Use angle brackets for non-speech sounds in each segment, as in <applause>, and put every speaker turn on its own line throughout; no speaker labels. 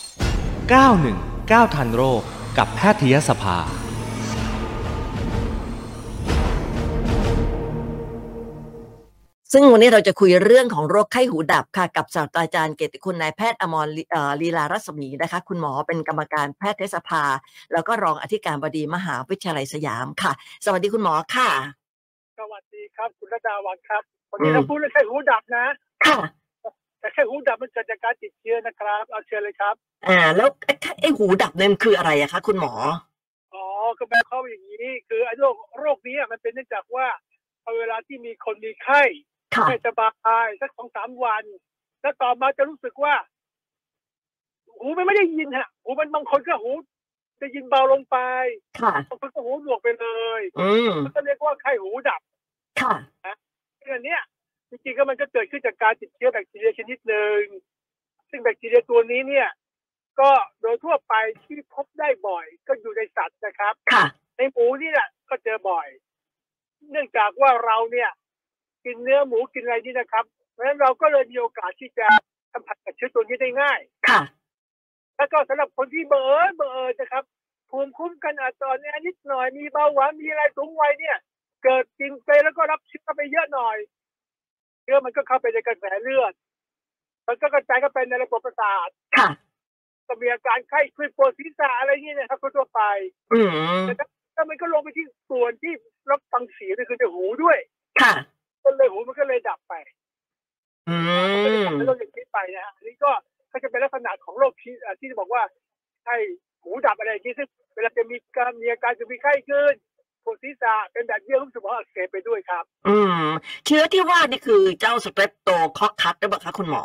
919 ทันโรคกับแพทยสภา
ซึ่งวันนี้เราจะคุยเรื่องของโรคไข้หูดับค่ะ กับศาสตราจารย์เกยรติคุณนายแพทย์อมรลีเอ่อลีลารัศมีนะคะ คุณหมอเป็นกรรมการแพทยสภา แล้วก็รองอธิการบดีมหาวิทยาลัยสยามค่ะ สวัสดีคุณหมอค่ะ
สวัสดีครับ คุณระดาวันครับ วันนี้
อืม
เราพูดเรื่องแค่หูดับนะ
ค่ะ
แต่แค่หูดับมันเกิดจากการติดเชื้อนะครับ เอาเชิญเลยครับ
อ่าแล้วไอ้ไข้ไอ้หูดับเนี่ยมันคืออะไรอะคะคุณหมอ
อ๋อก็แปลความว่าอย่างนี้ คือไอ้โรคโรคนี้มันเป็นเนื่องจากว่าพอเวลาที่มีคนมีไข้
ค่ะ
ไม่สบายสักสองสามวัน แล้วต่อมาจะรู้สึกว่า หูมันไม่ได้ยินฮะ หูมันบางคนก็หูได้ยินเบาลงไป
ค่ะ
บางคนก็หูหนวกไปเลย
อืม
มันก็เรียกว่าไข้หูดับ
ค่ะ
เรื่องเนี้ยจริงๆก็มันก็เกิดขึ้นจากการติดเชื้อแบคทีเรียชนิดหนึ่งซึ่งแบคทีเรียตัวนี้เนี่ย ก็โดยทั่วไปที่พบได้บ่อย ก็อยู่ในสัตว์นะครับ
ค่ะ
ในหมูนี่แหละก็เจอบ่อย เนื่องจากว่าเราเนี่ย กินเนื้อหมูกินอะไรนี่นะครับ เพราะฉะนั้นเราก็เลยมีโอกาสที่จะสัมผัสกับเชื้อตัวนี้ได้ง่าย
ค่ะ
แล้วก็สำหรับคนที่เบอร์เบอร์นะครับภูมิคุ้มกันอาจจะอ่อนแอนิดหน่อยมีเบาหวานมีอะไรสูงวัยเนี่ย เกิดกินไปแล้วก็รับเชื้อไปเยอะหน่อย เชื้อมันก็เข้าไปในกระแสเลือด มันก็กระจายเข้าไปในระบบประสาท
ค่ะ
ก็มีอาการไข้ขึ้นปวดศีรษะอะไรอย่างเงี้ยนะครับทั่วๆไป
อืม
แล้วมันก็ลงไปที่ส่วนที่รับฟังเสียงด้วยคือในหูด้วย
ค่ะ
ก็เลยหูมันก็เลยดับไป
อืม
แล้วเราอย่างนี้ไปนะฮะอันนี้ก็ก็จะเป็นลักษณะของโรคที่อ่าที่บอกว่าไข้หูดับอะไรอย่างนี้ซึ่งเวลาจะมีการมีอาการจะมีไข้ขึ้นปวดศีรษะเป็นแบบเยื่อหุ้มสมองอักเสบไปด้วยครับ
อืมเชื้อที่ว่านี่คือเจ้าสเตปโตคอคัสหรือเปล่าคะคุณหมอ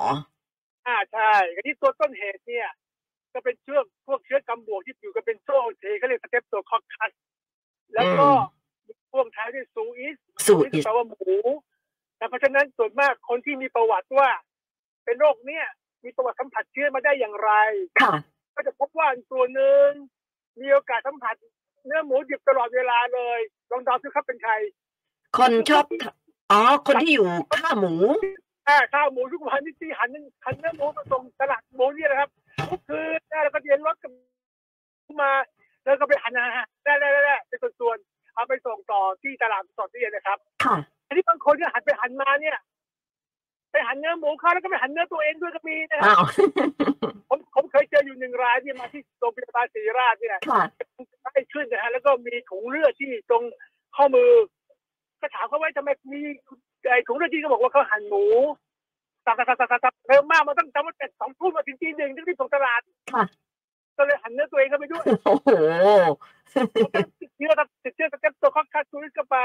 อ่าใช่อันนี้ตัวต้นเหตุเนี่ย ก็เป็นเชื้อพวกเชื้อกำบวกที่อยู่กันเป็นโซ่เทเขาเรียกสเตปโตคอคคัสแล้วก็มีพ่วงท้ายด้วยซูอิส
สูตร
นี่
อี
คือก แปลว่าหมูนะเพราะฉะนั้นส่วนมากคนที่มีประวัติว่า เป็นโรคเนี้ยมีประวัติสัมผัสเชื้อมาได้อย่างไร
ค่ะ
ก็จะพบว่าตัวหนึ่งมีโอกาสสัมผัส เนื้อหมูดิบตลอดเวลาเลยลองเดาสิครับเป็นใคร
คนชอบทำอ๋อ คนที่อยู่ฆ่าหมู
อ่าข้าวหมูทุกวันนี่ที่หันหันเนื้อหมูมาส่งตลาดหมูนี่นะครับทุกคืนนะแล้วก็เย็นรถกันมา แล้วก็ไปหันอาหารได้ได้ได้เป็นส่วนๆเอาไปส่งต่อที่ตลาดสดนี่นะครับ
ค่ะ
อันนี้บางคนเนี่ยหันไปหันมาเนี่ยไปหันเนื้อหมูเข้าแล้วก็ไปหันเนื้อตัวเองด้วยก็มีนะค
อ้า
รั
ว
บผมผมเคยเจออยู่หนึ่งรายที่มาที่โรงพยาบาลศรีราชเนี่ย
ค่ะ
ไข้ขึ้นนะฮะแล้วก็มีถุงเลือดที่ตรงข้อมือ ก็ถามเขาว่าทำไมมีไอ้ถุงเลือดที่เขาบอกว่าเขาหันหมูตับตับตับตับตับเริ่มมากมาตั้งแต่วันแต่สองทุ่มมาถึงตีหนึ่งที่ที่ส่งตลาด
ค่ะ
ก็เลยหันเนื้อตัวเองเข้าไปด้วย
<laughs> โอ้โห
ผมก็ติดเชื้อครับติดเชื้อสเก็ตโตคอคคัสตูริสเข้าไป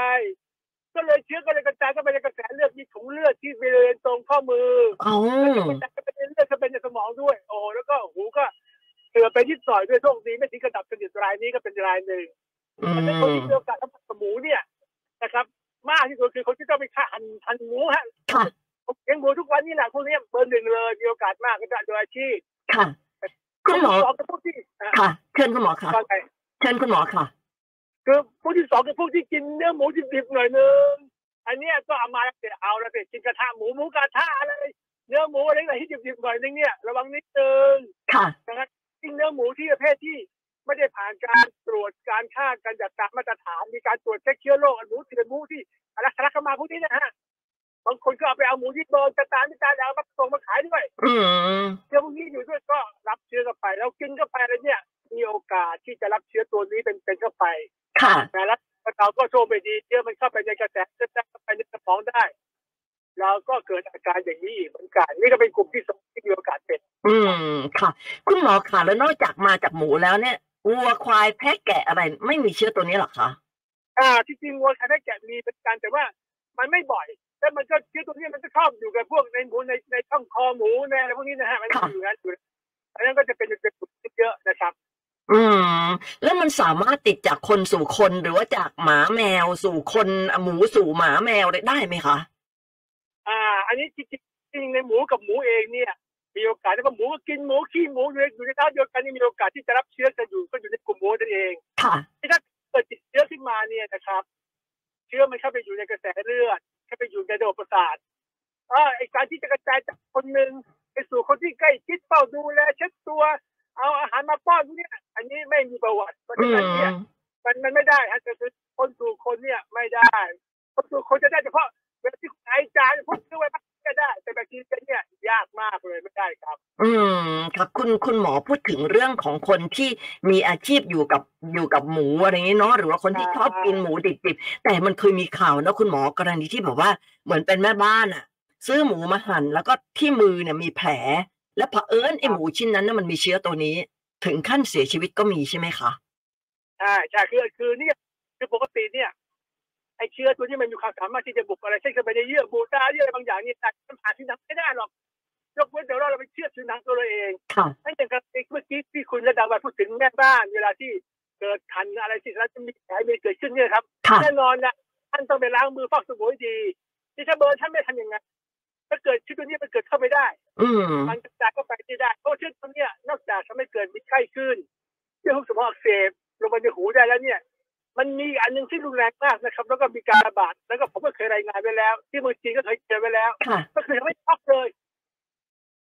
ก็เลยเชื้อก็เลยกระจายเข้าไปในกระแสเลือดมีถุงเลือดที่บริเวณตรงข้อมือ
เอา
กระจายเข้าไปในเลือดเข้าไปในสมองด้วย โอ้แล้วก็หูก็เตือไปที่สอยด้วยโชคดีไม่ถึงกระดับสนิทรายนี้ก็เป็นรายหนึ่ง
อื
แต่ในคน
ม
ที่มีโอกาสสัมผัสกับหมูเนี่ยนะครับ มากที่สุดคือคนที่ต้องไปฆ่าหันหันหมูฮะ
ค่ะ
ผมเลี้ยงหมูทุกวันนี่แหละพวกเนี้ยเบอร์หนึ่งเลยมีโอกาสมากก็จะโดยอาชีพ
ค่ะ คุณหมอ
สองก็พวกที่อ่ะ
ค่ะ เชิญคุณหมอค่ะ
ว่าไง
เชิญคุณหมอค่ะ
คือพวกที่สองคือพวกที่กินเนื้อหมูดิบๆหน่อยนึง อันเนี้ยก็เอามาเดี๋ยวเอาแล้วเดี๋ยวกินกระทะหมูหมูกระทะอะไรเนื้อหมูอะไรอะไรที่ดิบๆหน่อยนึงเนี่ยระวังนิดนึง
ค่ะ
นะครับกินเนื้อหมูที่ประเภทที่ไม่ได้ผ่านการตรวจการฆ่าการจัดการมาตรฐานมีการตรวจเช็คเชื้อโรคหมูเถื่อนหมูที่อะไรคณะกรรมการพวกนี้นะฮะบางคนก็เอาไปเอาหมูที่โดนกระตานที่ตาดาวมาส่งมาขายด้วย
อืม
เชื้อพวกนี้อยู่ด้วยก็รับเชื้อเข้าไป แล้วกินเข้าไปแล้วเนี่ย มีโอกาสที่จะรับเชื้อตัวนี้เป็นเป็นเข้าไป
ค่ะ
นะแล้วเราก็โชคไม่ดีเชื้อมันเข้าไปในกระแสเลือดได้เข้าไปในสมองได้ เราก็เกิดอาการอย่างนี้อีกเหมือนกันนี่ก็เป็นกลุ่มที่สองที่มีโอกาสเป็น
อืม ค่ะ คุณหมอค่ะ แล้วนอกจากมาจากหมูแล้วเนี่ย วัวควายแพะแกะอะไร ไม่มีเชื้อตัวนี้หรอคะ
อ่าที่จริงวัวคาได้แกะมีเป็นกันแต่ว่ามันไม่บ่อยแล้วมันก็เชื้อตัวนี้มันก็ชอบอยู่กับพวกในหมูในในช่องคอหมูในอะไรพวกนี้นะฮะมันก็อยู่นั้นอยู่นะอันนั้นก็จะเป็นเป็นกลุ่มที่เยอะนะครับ
อืม แล้วมันสามารถติดจากคนสู่คนหรือว่าจากหมาแมวสู่คนหมูสู่หมาแมวได้ได้ไหมคะ
อ่า อันนี้จริงๆจริงในหมูกับหมูเองเนี่ย มีโอกาสแล้วก็หมูก็กินหมูขี้หมูอยู่ในอยู่ในเท้าเดียวกันนี่มีโอกาสที่จะรับเชื้อกันอยู่ก็อยู่ในกลุ่มหมูนั่นเอง
ค่ะ
ที่ถ้าเกิดติดเชื้อขึ้นมาเนี่ยนะครับ เชื้อมันเข้าไปอยู่ในกระแสเลือดเข้าไปอยู่ในระบบประสาทอ่าไอการที่จะกระจายจากคนหนึ่งไปสู่คนที่ใกล้ชิดเฝ้าดูแลเช็ดตัว เอาอาหารมาป้อนพวกเนี้ยอันนี้ไม่มีประวัติเพราะ
อื
ฉะนั้นเนี่ย
ม
มันมันไม่ได้ฮะจะคือคนสู่คนเนี่ยไม่ได้ คนสู่คนจะได้เฉพาะเวลาที่ไอจานพวกซื้อไว้บ้างก็ได้ แต่แบบกินกันเนี่ยยากมากเลยไม่ได้ครับ
อืมครับคุณคุณหมอพูดถึงเรื่องของคนที่มีอาชีพอยู่กับอยู่กับหมูอะไรอย่างนี้เนาะหรือว่าคนที่
ใช่
ชอบกินหมูดิบๆแต่มันเคยมีข่าวนะคุณหมอกรณีที่แบบว่าเหมือนเป็นแม่บ้านอะซื้อหมูมาหั่นแล้วก็ที่มือเนี่ยมีแผล และเผอิญไอหมูชิ้นนั้นน่ะมันมีเชื้อตัวนี้ ถึงขั้นเสียชีวิตก็มีใช่ไหมคะ
ใช่ใช่คือคือเนี่ยคือปกติเนี่ยไอเชื้อตัวที่มันมีความสามารถที่จะบุกอะไรเช่นเข้าไปในเยื่อบูตาเยื่ออะไรบางอย่างเนี่ยแต่มันผ่านที่หนังไม่ได้หรอกยกเว้นแต่ว่าเราไปเชื่อถือหนังตัวเราเอง
ค่ะ
นั่นอย่างกับเมื่อกี้ที่คุณระดาวันพูดถึงแม่บ้าน เวลาที่เกิดคันอะไรที่แล้วจะมีแผลมีเกิดขึ้นเนี่ยครับ
ค่ะ
แน่นอนนะท่านต้องไปล้างมือฟอกสบู่ให้ดี ที่ถ้าเบอร์ดท่านไม่ทำอย่างนั้นถ้าเกิดเชื้อตัวนี้มันเกิดเข้าไปได้
อืม
มันกระจายเข้าไปที่ได้เพราะเชื้อตัวเนี้ยนอกจากทำให้เกิดมีไข้ขึ้นเยื่อหุ้มสมองอักเสบลงไปในหูได้แล้วเนี่ย มันมีอันหนึงที่รุนแรงมากนะครับ แล้วก็มีการระบาดแล้วก็ผมก็เคยรายงานไว้แล้ว ที่เมืองจีนก็เคยเจอไว้แล้ว
ค่ะ
ก็คือทำให้ช็อกเลย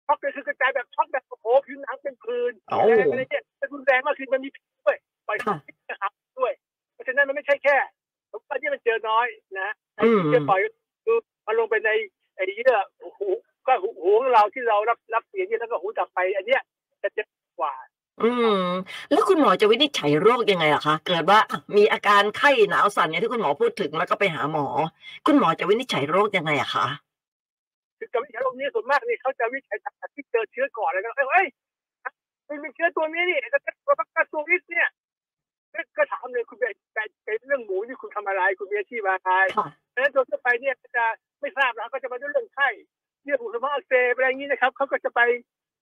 ช็อกเลยคือกระจายแบบช็อกแบบโอ้โหผิวหนังเป็นพื้น
เอา
อะไรแบบนี้เนี่ยมันรุนแรงมากคือมันมีพิษด้วยไป
ค่ะ
พิษนะครับด้วย เพราะฉะนั้นมันไม่ใช่แค่ผมว่าที่มันเจอน้อยนะ
อืม
จะปล่อยคือมันลงไปในไอ้เยื่อหูก็หูหูของเราที่เรารับรับเสียงเนี่ยแล้วก็หูดับไป อันเนี้ยจะเจ็บกว่า
อืม แล้วคุณหมอจะวินิจฉัยโรคยังไงล่ะคะเกิดว่าอ่ะมีอาการไข้หนาวสั่นเนี่ยที่คุณหมอพูดถึงแล้วก็ไปหาหมอ คุณหมอจะวินิจฉัยโรคยังไงอะคะ
คือกับวิจัยโรคนี้ส่วนมากนี่เขาจะวิจัยจากที่เจอเชื้อก่อนแล้วก็เอ้ยเอ้ยมันเป็นเชื้อตัวนี้นี่แต่ตัวประกันตัวนี้เนี่ยก็ถามเลยคุณไปไปไปเรื่องหมูนี่คุณทำอะไร คุณมีอาชีพอะไร
ค่ะ
เพราะฉะนั้นโดยทั่วไปเนี่ยก็จะไม่ทราบนะก็จะมาด้วยเรื่องไข้เรื่องหูสมองอักเสบอะไรอย่างนี้นะครับเขาก็จะไป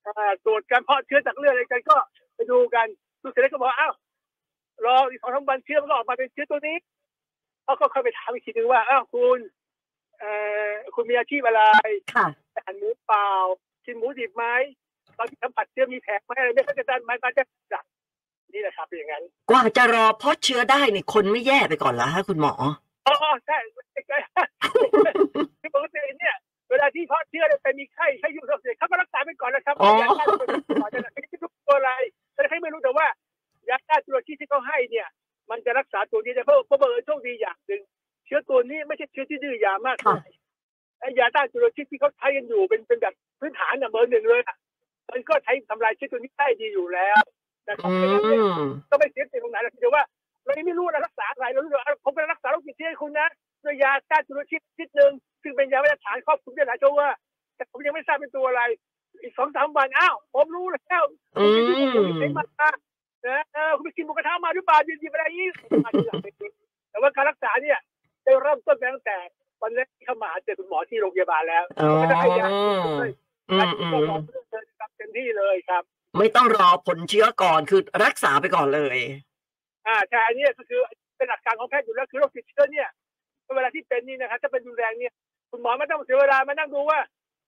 เอ่อตรวจการเพาะเชื้อจากเลือดอะไรกันก็ไปดูกันดูเสร็จแล้วก็บอกว่าอ้าวรออีกสองสามวันเชื้อมันก็ออกมาเป็นเชื้อตัวนี้เขาก็เข้าไปถามอีกทีนึงว่าอ้าวคุณเอ่อคุณมีอาชีพอะไร
ค่ะ
หันหมูเปล่ากินหมูดิบไหมตอนที่สัมผัสเชื้อมีแผลไหมอะไรไม่เข้าใจด้านไหมก็จะจับนี่แหละครับเป็นอย่างนั้น
กว่าจะรอเพราะเชื้อได้เนี่ยคนไม่แย่ไปก่อนละฮะคุณหมอ
อ๋ออ๋อใช่ <laughs> คือปกติเนี่ย เวลาที่เพาะเชื้อเนี่ยไปมีไข้ไข้ยุ่งเสียเขาก็รักษาไปก่อนแล้วครับ
อ๋อ
ยาฆ่าตัวก่อนนะไม่ได้รู้ตัวอะไรแต่ใครไม่รู้แต่ว่ายาฆ่าตัวที่ที่เขาให้เนี่ย มันจะรักษาตัวนี้ได้เพราะเพราะเบอร์โชคดีอย่างหนึ่งเชื้อตัวนี้ไม่ใช่เชื้อที่ดื้อยามากเท่าไหร่ไอ้ยาต้านจุลชีพที่เขาใช้กันอยู่เป็นเป็นแบบพื้นฐานอ่ะเบอร์หนึ่งเลยอะ มันก็ใช้ทำลายเชื้อตัวนี้ได้ดีอยู่แล้วนะครับ
อื
เพราะฉะนั้นเนี่ย
ม
ก็ไม่เสียเปรียบตรงไหนหรอกเพียงแต่ว่าเรายังไม่รู้นะรักษาอะไรเรารู้ว่าผมไปรักษาโรคติดเชื้อให้คุณนะด้วยยาต้านจุลชีพชนิดหนึ่งซึ่งเป็นยามาตรฐานครอบคลุมได้หลายตัวว่า แต่ผมยังไม่ทราบเป็นตัวอะไร อีกสองสามวันอ้าวผมรู้แล้ว
อื
คุณไปกินห
ม
มูกระทะมานะเออคุณไปกินหมูกระทะมาหรือเปล่ายืนยิบอะไรอย่างนี้อาจจะหลังไปกินแต่ว่าการรักษาเนี่ยจะเริ่มต้นตั้งแต่วันแรกที่เข้ามาหาเจอคุณหมอที่โรงพยาบาลแล้ว
อ๋อ
ก็จะให้ยาเลย
อื
ยาม ที่
อื
เรา
ม
บอกเพื่อนเดินครับเต็มที่เลยครับ
ไม่ต้องรอผลเชื้อก่อนคือรักษาไปก่อนเลย
อ่าใช่อันนี้ก็คือเป็นหลักการของแพทย์อยู่แล้วคือโรคติดเชื้อเนี่ยเวลาที่เป็นนี่นะครับถ้าเป็นรุนแรงเนี่ยคุณหมอไม่ต้องเสียเวลามานั่งดูว่า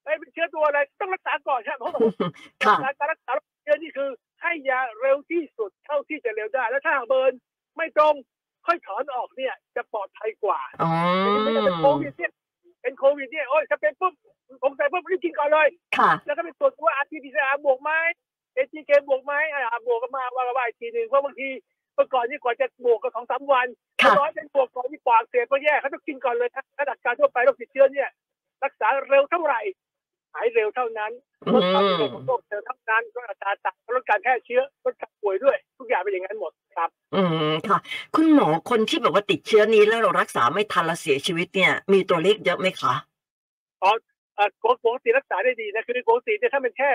ไอ้ยเป็นเชื้อตัวอะไรต้องรักษาก่อนครับเพราะ
<laughs> ค่ะ
การรักษาโรคติดเชื้อนี่คือ ให้ยาเร็วที่สุดเท่าที่จะเร็วได้ แล้วถ้าหากเบิร์นไม่ตรงค่อยถอนออกเนี่ยจะปลอดภัยกว่า
อ๋อ
ไม่ใช่เป็นโควิดเนี่ยเป็นโควิดเนี่ยโอ้ยถ้าเป็นปุ๊บผมใส่ปุ๊บรีบกินก่อนเลย
ค่ะ
แล้วก็ไปตรวจดูว่า RT-PCR บวกไหม ATK บวกไหมอ่าบวกกันมาว่ากันว่าอีกทีหนึ่งเพราะบางทีเมื่อก่อนนี่กว่าจะบวกก็สองสามวัน
ค่ะ
ร้อยเป็นบวกก่อนที่ปากเสพก็แย่เขาต้องกินก่อนเลยนะถ้าดักการทั่วไปโรคติดเชื้อเนี่ย รักษาเร็วเท่าไหร่หายเร็วเท่านั้น
อื
ลดความ
ม
เสี่ยงของโรคเจอเท่านั้นลดอัตราตัดลดการแพร่เชื้อลดการป่วยด้วย ทุกอย่างเป็นอย่างนั้นหมดครับ
อืมค่ะ คุณหมอคนที่แบบว่าติดเชื้อนี้แล้วเรารักษาไม่ทันและเสียชีวิตเนี่ย มีตัวเลขเยอะไหมคะ
เอ่อโกโกติรักษาได้ดีนะคือโกติเนี่ยถ้ามันแค่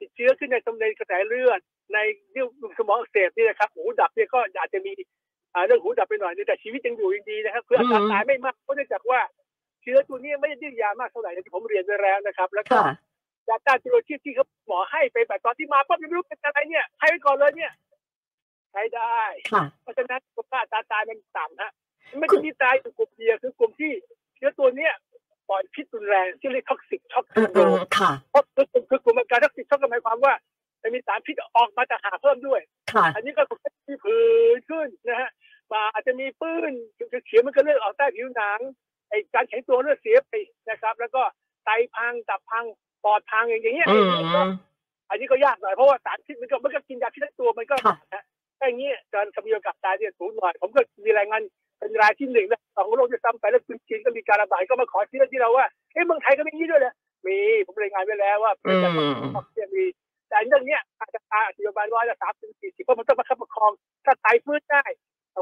ติดเชื้อขึ้นในสมองในกระแสเลือด ในเรื่องสมองอักเสบนี่นะครับหูดับเนี่ยก็อาจจะมีอ่าเรื่องหูดับไปหน่อยนึงแต่ชีวิตยังอยู่ยังดีนะครับคืออัตรา
อืม
ตายไม่มากเพราะเนื่องจากว่าเชื้อตัวนี้ไม่ได้ดื้อยามากเท่าไหร่อย่างที่ผมเรียนไปแล้วนะครับ แล้วก็
ค่ะ
ยาต้านจุลชีพที่เขาหมอให้ไปแบบตอนที่มาปั๊บยังไม่รู้เป็นอะไรเนี่ยให้ไปก่อนเลยเนี่ยใช้ได้
ค่ะ
เพราะฉะนั้นคุณค่าอัตราตายมันต่ำฮะไม่ใช่มีตายอยู่กลุ่มเดียวคือกลุ่มที่เชื้อตัวเนี้ยปล่อยพิษรุนแรงที่เรียกท็อกซิกช็อก
เอ
ซิ
อ
โด
เอ
ม
อค่ะ
เพราะคือกลุ่มคือกลุ่มอาการทักษิณช็อกก็หมายความว่ามันมีสารพิษออกมาจากหาเพิ่มด้วย
ค่ะ
อันนี้ก็คือที่ผื่นขึ้นนะฮะมาอาจจะมีปื้นเขียวๆมันก็เลือดออกใต้ผิวหนังไอ้การแข็งตัวเลือดเสียไปนะครับ แล้วก็ไตพังตับพังปอดพังอย่างเงี้ย
อื
ก็
ม
อันนี้ก็ยากหน่อยเพราะว่าสารพิษมันก็มันก็กินยาพิษทั้งตัวมันก็
ค่ะ
นะถ้าอย่างนี้การคำนวณกับตายเนี่ยสูงหน่อย ผมก็มีรายงานเป็นรายที่หนึ่งนะของโลกจะซ้ำไปแล้วคุณจีนก็มีการระบาดก็มาขอที่นั่นที่เราว่าเอ้เมืองไทยก็มีอย่างนี้ด้วยเหรอมีผมรายงานไว้แล้วว่าเป็นการ ครับเรียนดีแต่เรื่องเนี้ยอาจจะอาจจะประมาณร้อยละสามถึงสี่สิบเพราะมันต้องประคับประคอง ถ้าไตฟื้นได้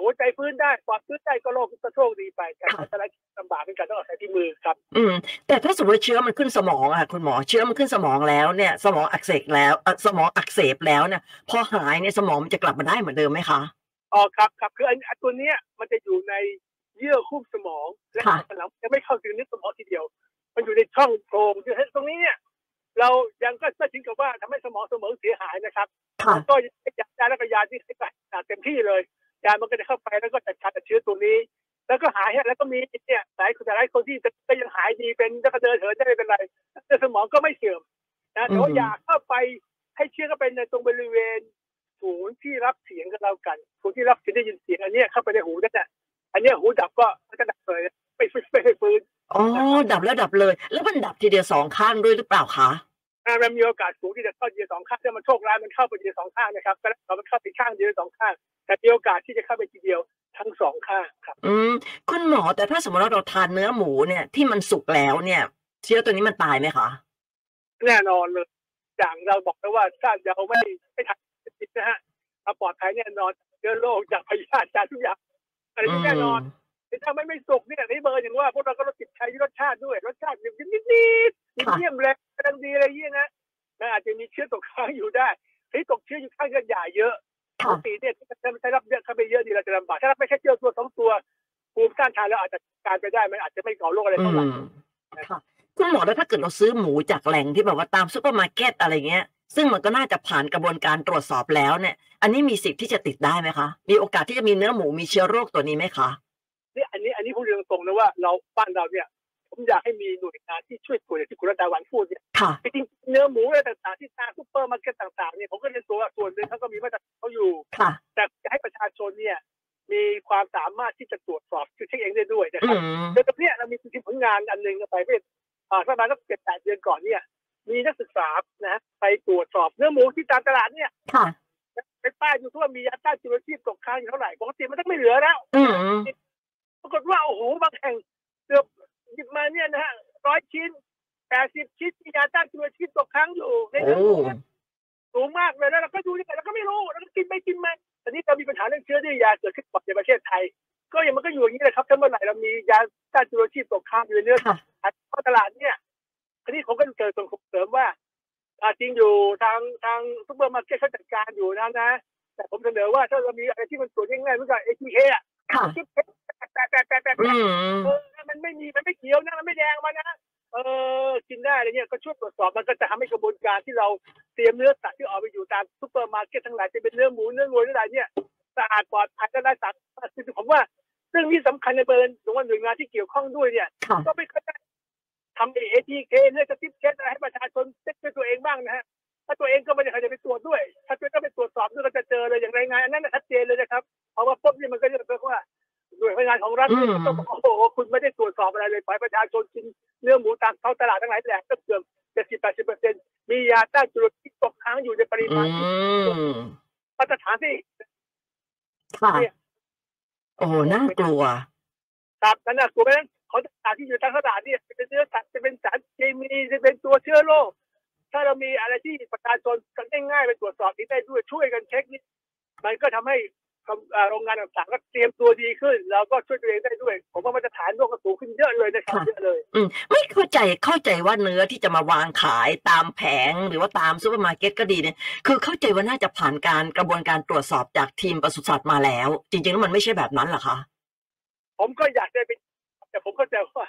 หัวใจฟื้นได้ปอดฟื้นได้ก็โลกก็โชคดีไป แต่ถ้าอะไรลำบากเป็นการต้องอาศัยที่มือครับ
อืมแต่ถ้าสมมติเชื้อมันขึ้นสมองอ่ะคุณหมอเชื้อมันขึ้นสมองแล้วเนี่ย สมองอักเสบแล้วเอ่อสมองอักเสบแล้วเนี่ยพอหายเนี่ยสมองมันจะกลับมาได้เหมือนเดิมไหมคะ
อ๋อครับครับคืออันอันตัวเนี้ยมันจะอยู่ในเยื่อหุ้มสมอง และ
ค่ะ
สมองจะไม่เข้าถึงเนื้อสมองทีเดียว มันอยู่ในช่องโพรงคือตรงนี้เนี่ยเรายังก็ไม่ถึงกับว่าทำให้สมองสมองเสียหายนะครับ
ค่ะ
ก็ยาได้แล้วก็ยาที่ใช้ไปเต็มที่เลยยามันก็จะเข้าไปแล้วก็จัดการกับเชื้อตัวนี้ แล้วก็หายฮะแล้วก็มีเนี่ยหลายคนหลายคนที่ก็ยังหายดีเป็นแล้วก็เดินเหินได้ไม่เป็นไรแต่สมองก็ไม่เสื่อมนะแต่ว่า
อืม
ยาเข้าไปให้เชื้อเข้าไปในตรงบริเวณศูนย์ที่รับเสียงกับเรากันศูนย์ที่รับเสียงได้ยินเสียงอันเนี้ยเข้าไปในหูนั่นแหละอันเนี้ยหูดับก็ก็ดับเลยไม่ฟื้นไม่ฟื้น
อ๋อดับแล้วดับเลย แล้วมันดับทีเดียวสองข้างด้วยหรือเปล่าคะ
อ่ามันมีโอกาสสูงที่จะเข้าเดียสองข้างถ้ามันโชคร้ายมันเข้าไปเดียสองข้างนะครับก็แล้วแต่มันเข้าไปข้างเดียวสองข้าง แต่มีโอกาสที่จะเข้าไปทีเดียวทั้งสองข้างครับ
อืมคุณหมอแต่ถ้าสมมติว่าเราทานเนื้อหมูเนี่ยที่มันสุกแล้วเนี่ย เชื้อตัวนี้มันตายไหมคะ
แน่นอนเลยอย่างเราบอกแล้วว่าถ้าเราไม่ไม่ทำจิตนะฮะเราปลอดภัยแน่นอนเชื้อโรคจากพยาธิจากทุกอย่างอะไร
อื
ที่
ม
แน่นอนแต่ถ้าไม่ไม่สุกเนี่ยที่เบอร์อย่างว่าพวกเราก็ต้องติดใจรสชาติด้วยรสชาตินิดนิดนิดเยี่ยมเลยกำลังดีอะไรเงี้ยนะมันอาจจะมีเชื้อตกค้างอยู่ได้ที่ตกเชื้ออยู่ข้างกันใหญ่าเยอะ ป
ค่ะ
กติเนี่ยถ้าถ้ารับเยอะเข้าไปเยอะดีเราจะลำบากถ้ารับไม่แค่เจอตัวสองตัวภูมิต้านทานเราอาจจะการไปได้มันอาจจะไม่ก่อโรคอะไร
อื
เท่าไหร่
มค่ะคุณหมอแล้วถ้าเกิดเราซื้อหมูจากแหล่งที่แบบว่าตามซูเปอร์มาร์เก็ตอะไรเงี้ย ซึ่งมันก็น่าจะผ่านกระบวนการตรวจสอบแล้วเนี่ย อันนี้มีสิทธิ์ที่จะติดได้ไหมคะมีโอกาสที่จะมีเนื้อหมูมีเชื้อโรคตัวนี้ไหมคะ
นี่อันนี้อันนี้พูดตรงๆนะว่าเราบ้านเราเนี่ย ผมอยากให้มีหน่วยงานที่ช่วยตรวจอย่างที่คุณรัตดาวันพูดเนี่ย
ค่ะ
จริงๆเนื้อหมูอะไรต่างๆที่ตามซุปเปอร์มาร์เก็ตต่างๆเนี่ยผมก็เรียนตัวว่าส่วนหนึ่งเขาก็มีมาตรฐานเขาอยู่
ค่ะ
แต่จะให้ประชาชนเนี่ย มีความสามารถที่จะตรวจสอบคือเช็คเองได้ด้วยนะค
อื
รับ
ม
เดี๋ยวตรงเนี้ยเรามีทีมผลงานอันหนึ่งไปเมื่ออ่าประมาณสักเจ็ดแปดเดือนก่อนเนี่ย มีนักศึกษานะฮะไปตรวจสอบเนื้อหมูที่ตามตลาดเนี่ย
ค่ะ
ไปป้ายอยู่ทั่วมียาต้านจุลชีพตกค้างอยู่เท่าไหร่ปกติมันต้องไม่เหลือแล้ว
อืม
ปรากฏว่าโอ้โหบางแห่งเกือบหยิบมาเนี่ยนะฮะร้อยชิ้นแปดสิบชิ้นมียาต้านจุลชีพตกค้างอยู่ใน
โอ้
เนื้อหมูเนี่ยสูงมากเลยแล้วเราก็ดูนี่แต่เราก็ไม่รู้เราก็กินไปกินมาแต่นี่เรามีปัญหาเรื่องเชื้อดื้อยาเกิดขึ้นบ่อยในประเทศไทย ก็ยังมันก็อยู่อย่างนี้แหละครับถ้าเมื่อไหร่เรามียาต้านจุลชีพตกค้างอยู่ในเนื้อ
ค่ะ
อันเข้าตลาดเนี่ยอันนี้ผมก็เจอตรงเสริมว่าอ่าจริงอยู่ทางทางซุปเปอร์มาร์เก็ตเขาจัดการอยู่นะนะ แต่ผมเสนอว่าถ้าเรามีอะไรที่มันตรวจง่ายๆเหมือนกับเอทีเคอะ
ค่ะ
จิ๊บแปะแปะแปะแปะแปะ
อืม
เออมันไม่มีมันไม่เขียวนะมันไม่แดงมานะเออกินได้อะไรเนี่ยก็ช่วยตรวจสอบมันก็จะทำให้กระบวนการที่เราเตรียมเนื้อสัตว์ที่ออกไปอยู่ตามซุปเปอร์มาร์เก็ตทั้งหลายจะเป็นเนื้อหมูเนื้อวัวเนื้ออะไรเนี่ยสะอาดปลอดภัยและไร้สารพิษผมว่าเรื่องนี้สำคัญในเบอร์หรือว่าหน่วยงานที่เกี่ยวข้องด้วยเนี่ย
ค่ะ
ก็ไม่เคยได้ทำเอทีเคเพื่อจะติดเช็ดอะไรให้ประชาชนเช็ดด้วยตัวเองบ้างนะฮะ ถ้าตัวเองก็ไม่ได้ใครจะไปตรวจด้วย ถ้าตัวเองก็ไปตรวจสอบด้วยก็จะเจอเลยอย่างรายงานอันนั้นนะชัดเจนเลยนะครับเอามาปุ๊บนี่มันก็จะเป็นว่าหน่วยงานของรัฐเนี่ย
อืม
ก็ต้องบอกโอ้โหคุณไม่ได้ตรวจสอบอะไรเลยปล่อยประชาชนกินเนื้อหมูตามท้องตลาดทั้งหลายแหล่ก็เกือบเจ็ดสิบแปดสิบเปอร์เซ็นต์มียาต้านจุลพิษตกค้างอยู่ในปริ
อื
มาณที่
ม
มาตรฐานที่
ค่ะ
เนี่ย
โอ้โหน่ากลัว
ครับนั่นนะถูกไหมของต่างๆที่อยู่ตามตลาดเนี่ยจะเป็นเนื้อสัตว์จะเป็นสารเคมีจะเป็นตัวเชื้อโรคถ้าเรามีอะไรที่ประชาชนกันง่ายๆไปตรวจสอบนี้ได้ด้วยช่วยกันเช็คนี่มันก็ทำให้ทำเอ่อโรงงานต่างๆก็เตรียมตัวดีขึ้น แล้วก็ช่วยตัวเองได้ด้วย ผมว่ามาตรฐานโลกก็สูงขึ้นเยอะเลยนะครับ
ค่ะ
เยอะเลย
อืม ไม่เข้าใจ เข้าใจว่าเนื้อที่จะมาวางขายตามแผงหรือว่าตามซูเปอร์มาร์เก็ตก็ดีเนี่ย คือเข้าใจว่าน่าจะผ่านการกระบวนการตรวจสอบจากทีมปศุสัตว์มาแล้ว จริงๆแล้วมันไม่ใช่แบบนั้นเหรอคะ
ผมก็อยากได้เป็นแต่ผมก็ใจว่า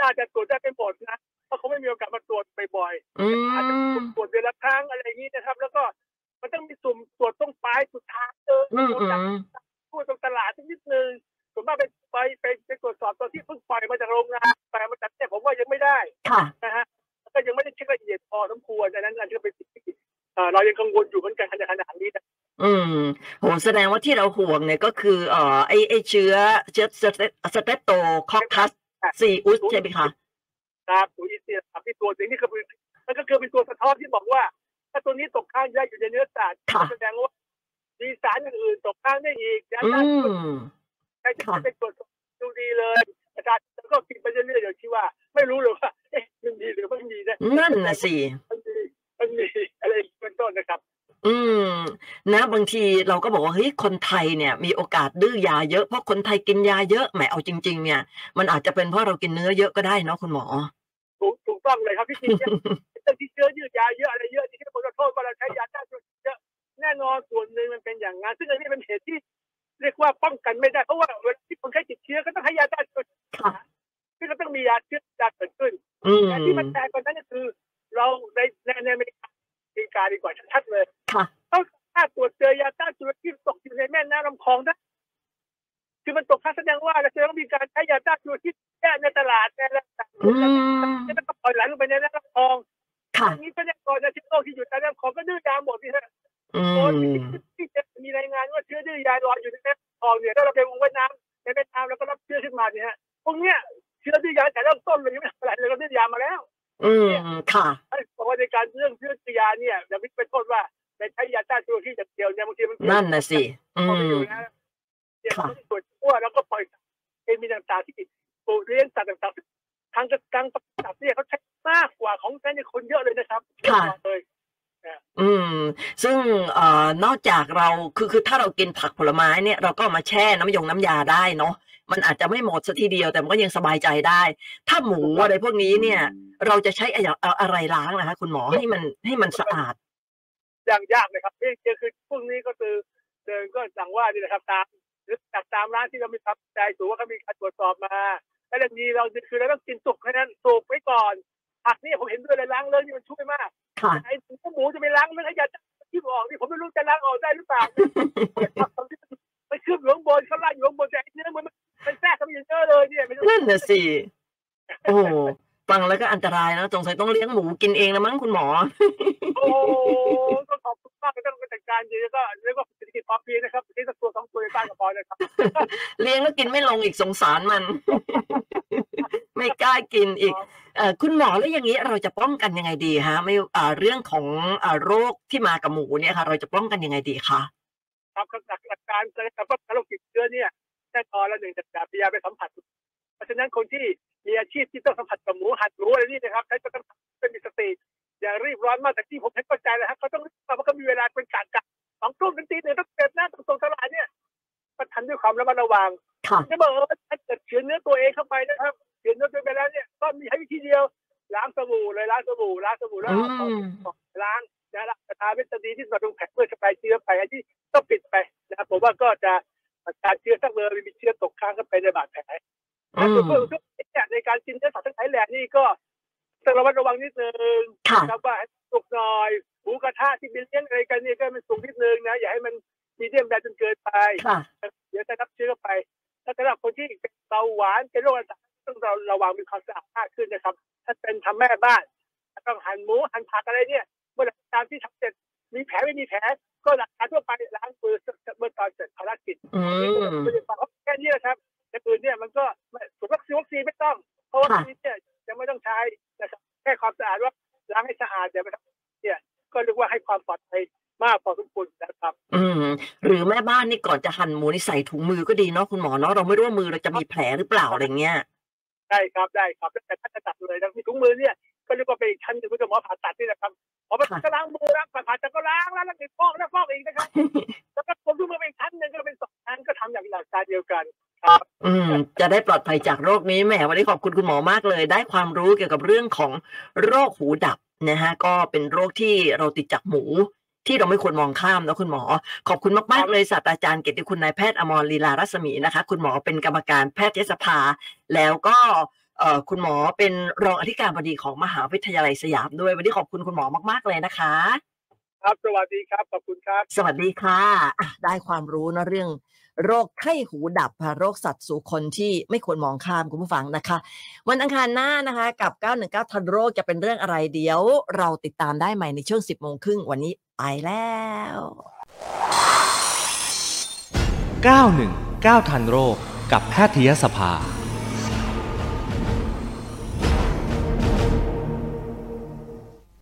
น่าจะตรวจได้เป็นหมดนะเพราะเขาไม่มีโอกาสมาตรวจบ่อยๆ
อื
อาจจะ
ม
ตรวจเดือนละครั้งอะไรอย่างนี้นะครับ แล้วก็มันต้องมีสุ่มตรวจต้องปลายสุดท้ายเออ
อืมอืม
ตรวจตรงตลาดสักนิดนึงส่วนมากไปไปไปไปตรวจสอบตอนที่เพิ่งปล่อยมาจากโรงงานปล่อยมาจากเนี่ยผมว่ายังไม่ได้
ค่ะ
นะฮะแล้วก็ยังไม่ได้เช็คละเอียดพอสมควรดังนั้นอันนี้ก็เป็นสิ่งที่เอ่อเรายังกังวลอยู่เหมือนกันในขณะนี้นะ
อืมโหแสดงว่าที่เราห่วงเนี่ยก็คือเอ่อไอไอเชื้อเชื้อสเตสเตปโตคอคัสซีอุสใช่ไหมคะ
ครับตัวอินเดียครับที่ตัวจริงนี่ก็คือมันก็คือเป็นตัวสะท้อนที่บอกว่าถ้า าตัวนี้ตกค้างได้อยู่ในเนื้อสัตว์
ค่ะ
ก็แสดงว่ามีสารอย่างอื่นตกค้างได้อีกนะ
อื
ครับ
ม
ใครจะ
ค่ะ
ไปตรวจสอบดูดีเลยอาจารย์แล้วก็กินไปเรื่อยๆเดี๋ยวคิดว่า ไม่รู้เลยว่าเอ๊ะมันมีหรือไม่มีนะ
นั่นนะสิ
มันมีมันมีอะไรเป็นต้นนะครับ
อืมนะบางทีเราก็บอกว่าเฮ้ยคนไทยเนี่ย มีโอกาสดื้อยาเยอะเพราะคนไทยกินยาเยอะแหมเอาจริง ๆ เนี่ย มันอาจจะเป็นเพราะเรากินเนื้อเยอะก็ได้เนาะ
<laughs>
คุณหมอ
ถูกถูกต้องเลยครับพี่จริงเนี่ย เรื่องที่เชื้อยืดยาเยอะอะไรเยอะที่ให้ผลกระทบว่าเราใช้ยาต้านโควิดเยอะแน่นอนส่วนหนึ่งมันเป็นอย่างนั้นซึ่งอันนี้เป็นเหตุที่ เรียกว่าป้องกันไม่ได้เพราะว่าเวลาที่คนไข้ติดเชื้อก็ต้องให้ยาต้านโควิด
ค่ะ
ซึ่งก็ต้องมียาเชื้อยาเกิดขึ้น
อืม
และที่มันแตกกว่านั้นก็คือ เราในในในอเมริกาอเมริกาดีกว่าชัดๆเลย
ค่ะ
ต้องถ้าตรวจเจอยาต้านโควิดที่ตกอยู่ในแม่น้ำลำคลองนะคือมันตกค่าแสดงว่าเราจะต้องมีการใช้ยาต้านโควิดที่แย่ในตลาดในอะไรต่างๆ
อืม
จะต้องปล่อยไหลลงไปในน้ำคลอง
ค่ะ
อย่างนี้ก็ยังก่อนจะเชื้อโรคที่อยู่ในน้ำคลองก็ดื้อยาหมดนี่ฮะ
อื
โอ้ย
ม
ที่จะมีรายงานว่าเชื้อดื้อยาลอยอยู่ในน้ำคลองเนี่ยถ้าเราไปวงไว้น้ำในแม่น้ำแล้วก็รับเชื้อขึ้นมาเนี่ยฮะพวกเนี้ยเชื้อดื้อยาแต่เริ่มต้นเลยยังไม่อะไรเลยก็ดื้อยามาแล้ว
อืมค่ะ
ไอ้บอกว่าในการเรื่องเชื้อดื้อยาเนี่ยอย่าไปไปโทษว่าไปใช้ยาต้านเชื้อโรคที่อย่างเดียวเนี่ยบางทีมันเกิด
นั่นนะสิ อื
เข้าไปอ
ม
ยู่นะเนี่ยมันก็ตรวจทั่วแล้วก็ปล่อยเคมีต่างๆที่ปลูกเลี้ยงสัตว์ต่างๆทางทางสัตว์เนี่ยเขาใช้มากกว่าของใช้ในคนเยอะเลยนะครับ
ค่ะ
เลย
อืม ซึ่งเอ่อนอกจากเราคือคือถ้าเรากินผักผลไม้เนี่ยเราก็เอามาแช่น้ำยงน้ำยาได้เนาะมันอาจจะไม่หมดซะทีเดียวแต่มันก็ยังสบายใจได้ ถ้าหมูอะไรพวกนี้เนี่ย เราจะใช้อะไรเอาอะไรล้างนะคะคุณหมอให้มันให้มันสะอาด
อย่างยากเลยครับนี่คือพวกนี้ก็คือเดินก็สั่งว่านี่นะครับตามหรือจากตามร้านที่เรามีทับใจถือว่าเขามีการตรวจสอบมาและเรื่องนี้เราคือเราต้องกินสุกแค่นั้นสุกไว้ก่อนผักนี่ผมเห็นด้วยเลยล้างเลือดนี่มันช่วยมาก
ค่ะ
ไอ้หมูจะไปล้างเลือดให้ยาที่ออกนี่ผมไม่รู้จะล้างออกได้หรือเปล่ามันขึ้นอยู่ข้างบนข้างล่างอยู่ข้างบนแต่ไอ้เนื้อมันมันแทรกเข้าไปอยู่เยอะเลยเนี่ยไม่รู้
นั่นนะสิ โอ้โหฟังแล้วก็อันตรายนะสงสัยต้องเลี้ยงหมูกินเองแล้วมั้งคุณหมอ
โอ้ต้องขอบคุณมากที่ต้องจัดการดีแล้วก็เรียกว่าเศรษฐกิจพอเพียงนะครับที่สักตัวสองตัวในใต้กระเพาะนะครับ
เลี้ยงแล้วกินไม่ลงอีกสงสารมัน <laughs> ไม่กล้ากินอีกเอ่อคุณหมอแล้วอย่างนี้เราจะป้องกันยังไงดีฮะ ไม่เอ่อเรื่องของเอ่อโรคที่มากับหมูเนี่ยค่ะ เราจะป้องกันยังไงดีคะ
ครับครับหลักหลักการเลยครับว่าโรคติดเชื้อเนี่ยแน่นอนละหนึ่งจากจากพยาไปสัมผัส เพราะฉะนั้นคนที่มีอาชีพที่ต้องสัมผัสกับหมูหัดหมูอะไรนี่นะครับใช้ต้องสัมผัสเป็นมีสติอย่ารีบร้อนมากแต่ที่ผมเข้าใจเลยครับเขาต้องรีบร้อนเพราะเขามีเวลาเป็นการกักสองทุ่มถึงตีหนึ่งต้องเสร็จนะต้องส่งตลาดเนี่ยก็ทำด้วยความระมัดระวัง
ค่ะ
จะบอกว่าถ้าเกิดเชื้อเนื้อตัวเองเข้าไปนะครับเชื้อเนื้อตัวเองไปแล้วเนี่ยก็มีให้วิธีเดียวล้างสบู่เลยล้างสบู่ล้างสบู่แล้ว
อื
เอาของ
ม
ล้างนะละทาเวสดีที่มาลงแผลเพื่อจะไปเชื้อไปอันที่ต้องปิดไปนะครับผมว่าก็จะการเชื้อสักเลยมีเชื้อตกค้างเข้าไปในบาดแผล
อื
ส่วน
ม
เพื่อนทุกเนี่ยในการกินเนื้อสัตว์ทั้งหลายแหล่นี่ก็ต้องระมัดระวังนิดนึง
ค่ะ
นะครับว่าให้สุกหน่อยหมูกระทะที่เป็นเลี้ยงอะไรกันเนี่ยก็ให้มันสูงนิดนึงนะ อย่าให้มันมีเดียมแบนจนเกินไป
ค่ะ
เดี๋ยวจะรับเชื้อเข้าไป ถ้าสำหรับคนที่เป็นเบาหวานเป็นโรคอะไรต่างๆต้องเราระวังมีความสะอาดมากขึ้นนะครับ ถ้าเป็นทำแม่บ้านต้องหั่นหมูหั่นผักอะไรเนี่ยเมื่อไหร่ก็ตามที่ทำเสร็จมีแผลไม่มีแผลก็หลักการทั่วไปล้างมือเมื่อตอนเสร็จภารกิจ
อืม
ไม่ได้ฟังแค่นี้นะครับแต่อื่นเนี่ยมันก็ไม่ส่วนวัคซีนวัคซีนไม่ต้อง เพราะว่า
ค่ะ
วัคซีนเนี่ยยังไม่ต้องใช้นะครับแค่ความสะอาดว่าล้างให้สะอาดแต่ไม่ต้องเนี่ยก็เรียกว่าให้ความปลอดภัยมากพอสมควรนะครับ
อืม หรือแม่บ้านนี่ก่อนจะหั่นหมูนี่ใส่ถุงมือก็ดีเนาะคุณหมอเนาะเราไม่รู้ว่ามือเราจะมีแผลหรือเปล่าอะไรเงี้ย
ได้ครับได้ครับแล้วแต่ถ้าจะตัดเลยนะมีถุงมือเนี่ยก็เรียกว่าเป็นอีกชั้นหนึ่งเพื่อหมอผ่าตัดนี่นะครับหมอผ่าตัดก็ล้างมือล้างผ่าตัดก็ล้างแล้วแล้วก็ฟอกแล้วฟอกอีกนะครับแล้วก็ผมถุงมือเป็นอีกชั้นหนึ่งก็เป็นสองชั้นก็ทำอย่างหลักการเดียวกันครับ
อืม จะได้ปลอดภัยจากโรคนี้แหมวันนี้ขอบคุณคุณหมอมากเลย ได้ความรู้เกี่ยวกับเรื่องของโรคหูดับนะฮะ ก็เป็นโรคที่เราติดจากหมู ที่เราไม่ควรมองข้ามนะคุณหมอ ขอบคุณมากๆเลยศาสตราจารย์เกียรติคุณนายแพทย์อมรลีลารัศมีนะคะ คุณหมอเป็นกรรมการแพทยสภา แล้วก็เอ่อคุณหมอเป็นรองอธิการบดีของมหาวิทยาลัยสยามด้วยวันนี้ขอบคุณคุณหมอมากๆเลยนะคะ
ครับสวัสดีครับขอบคุณครับ
สวัสดีค่ะ
ได้ความรู้เนอะเรื่อง โรคไข้หูดับค่ะโรคสัตว์สู่คนที่ไม่ควรมองข้ามคุณผู้ฟังนะคะ วันอังคารหน้านะคะ กับ 919ทันโรคจะเป็นเรื่องอะไรเดี๋ยว เราติดตามได้ใหม่ในช่วง 10โมงครึ่งวันนี้ไปแล้ว
919ทันโรคกับแพทยสภา